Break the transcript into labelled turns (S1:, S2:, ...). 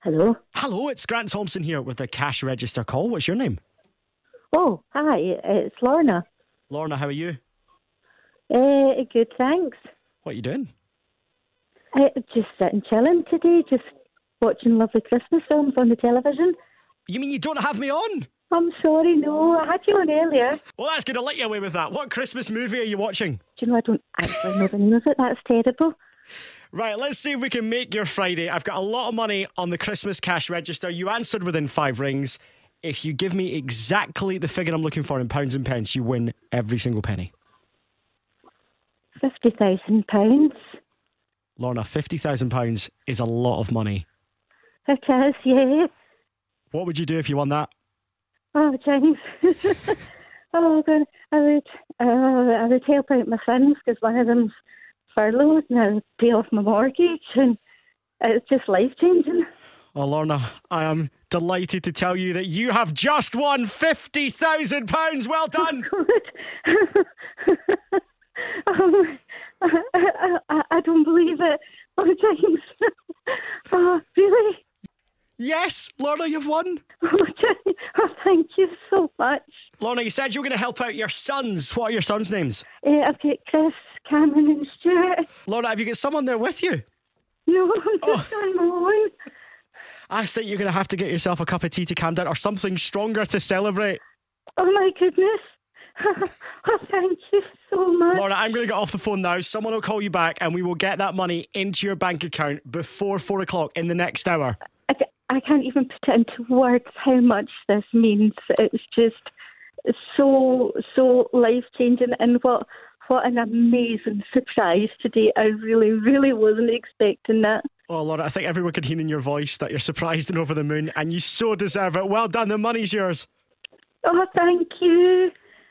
S1: Hello.
S2: Hello, it's Grant Thompson here with the cash register call. What's your name?
S1: Oh, hi. It's Lorna.
S2: Lorna, how are you?
S1: Uh, good, thanks.
S2: What are you doing?
S1: Uh, just sitting chilling today, just watching lovely Christmas films on the television.
S2: You mean you don't have me on?
S1: I'm sorry, no, I had you on earlier.
S2: Well, that's going to let you away with that. What Christmas movie are you watching?
S1: Do you know I don't actually know the name of it? That's terrible.
S2: Right, let's see if we can make your Friday. I've got a lot of money on the Christmas cash register. You answered within five rings. If you give me exactly the figure I'm looking for in pounds and pence, you win every single penny.
S1: Fifty thousand pounds.
S2: Lorna, £50,000 is a lot of money.
S1: It is, yeah.
S2: What would you do if you won that?
S1: Oh, James. oh, God. I would, uh, I would help out my sons because one of them's furloughed and I would pay off my mortgage and it's just life changing.
S2: Oh, Lorna, I am delighted to tell you that you have just won £50,000. Well done.
S1: um, I, I, I, I don't believe it. Oh, James. oh, really?
S2: yes, Lorna, you've won.
S1: Oh, James. Oh, thank you so much.
S2: Lorna, you said you were going to help out your sons. What are your sons' names?
S1: Uh, I've got Chris, Cameron, and Stuart.
S2: Lorna, have you got someone there with you?
S1: No, I'm just on my own.
S2: I think you're going to have to get yourself a cup of tea to calm down or something stronger to celebrate.
S1: Oh my goodness. oh, thank you so much.
S2: Lorna, I'm going to get off the phone now. Someone will call you back and we will get that money into your bank account before four o'clock in the next hour.
S1: I, ca- I can't even put it into words how much this means. It's just so so life changing, and what what an amazing surprise today. I really really wasn't expecting that.
S2: Oh, Lorna, I think everyone can hear in your voice that you're surprised and over the moon and you so deserve it. Well done. The money's yours.
S1: Oh, thank you.